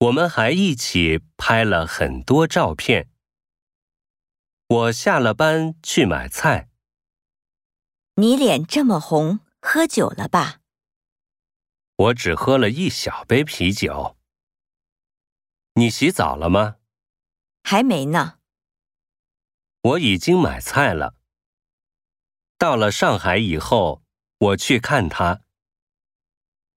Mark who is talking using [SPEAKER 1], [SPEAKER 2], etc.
[SPEAKER 1] 我们还一起拍了很多照片。我下了班去买菜，
[SPEAKER 2] 你脸这么红，喝酒了吧？
[SPEAKER 1] 我只喝了一小杯啤酒。你洗澡了吗？
[SPEAKER 2] 还没呢。
[SPEAKER 1] 我已经买菜了。到了上海以后，我去看他。